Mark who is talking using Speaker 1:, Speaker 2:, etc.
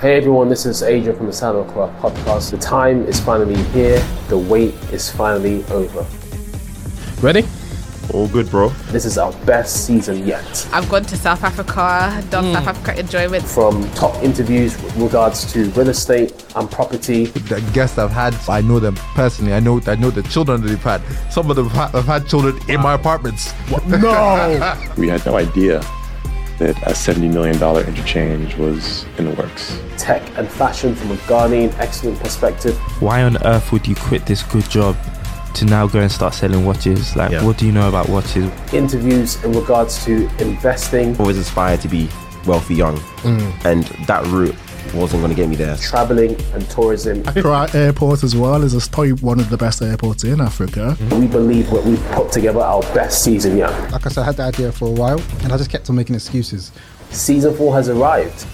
Speaker 1: Hey everyone, this is Adrian from the Sound of Club podcast. The time is finally here, the wait is finally over.
Speaker 2: Ready?
Speaker 3: All good, bro.
Speaker 1: This is our best season yet.
Speaker 4: I've gone to South Africa, done South Africa enjoyments.
Speaker 1: From top interviews with regards to real estate and property,
Speaker 5: the guests I've had, I know them personally. I know I know the children that they've had. Some of them ha- have had children in my apartments.
Speaker 2: No.
Speaker 3: We had no idea that a $70 million interchange was in the works.
Speaker 1: tech and fashion from a Ghanaian excellent perspective.
Speaker 6: why on earth would you quit this good job to now go and start selling watches? Like,
Speaker 2: Yeah.
Speaker 6: what do you know about watches?
Speaker 1: Interviews in regards to investing,
Speaker 7: always aspired to be wealthy young, and that route wasn't going to get me there.
Speaker 1: traveling and tourism.
Speaker 8: Accra Airport as well is it's probably one of the best airports in Africa.
Speaker 1: We believe that we've put together our best season yet.
Speaker 9: like I said, I had the idea for a while and I just kept on making excuses.
Speaker 1: Season four has arrived.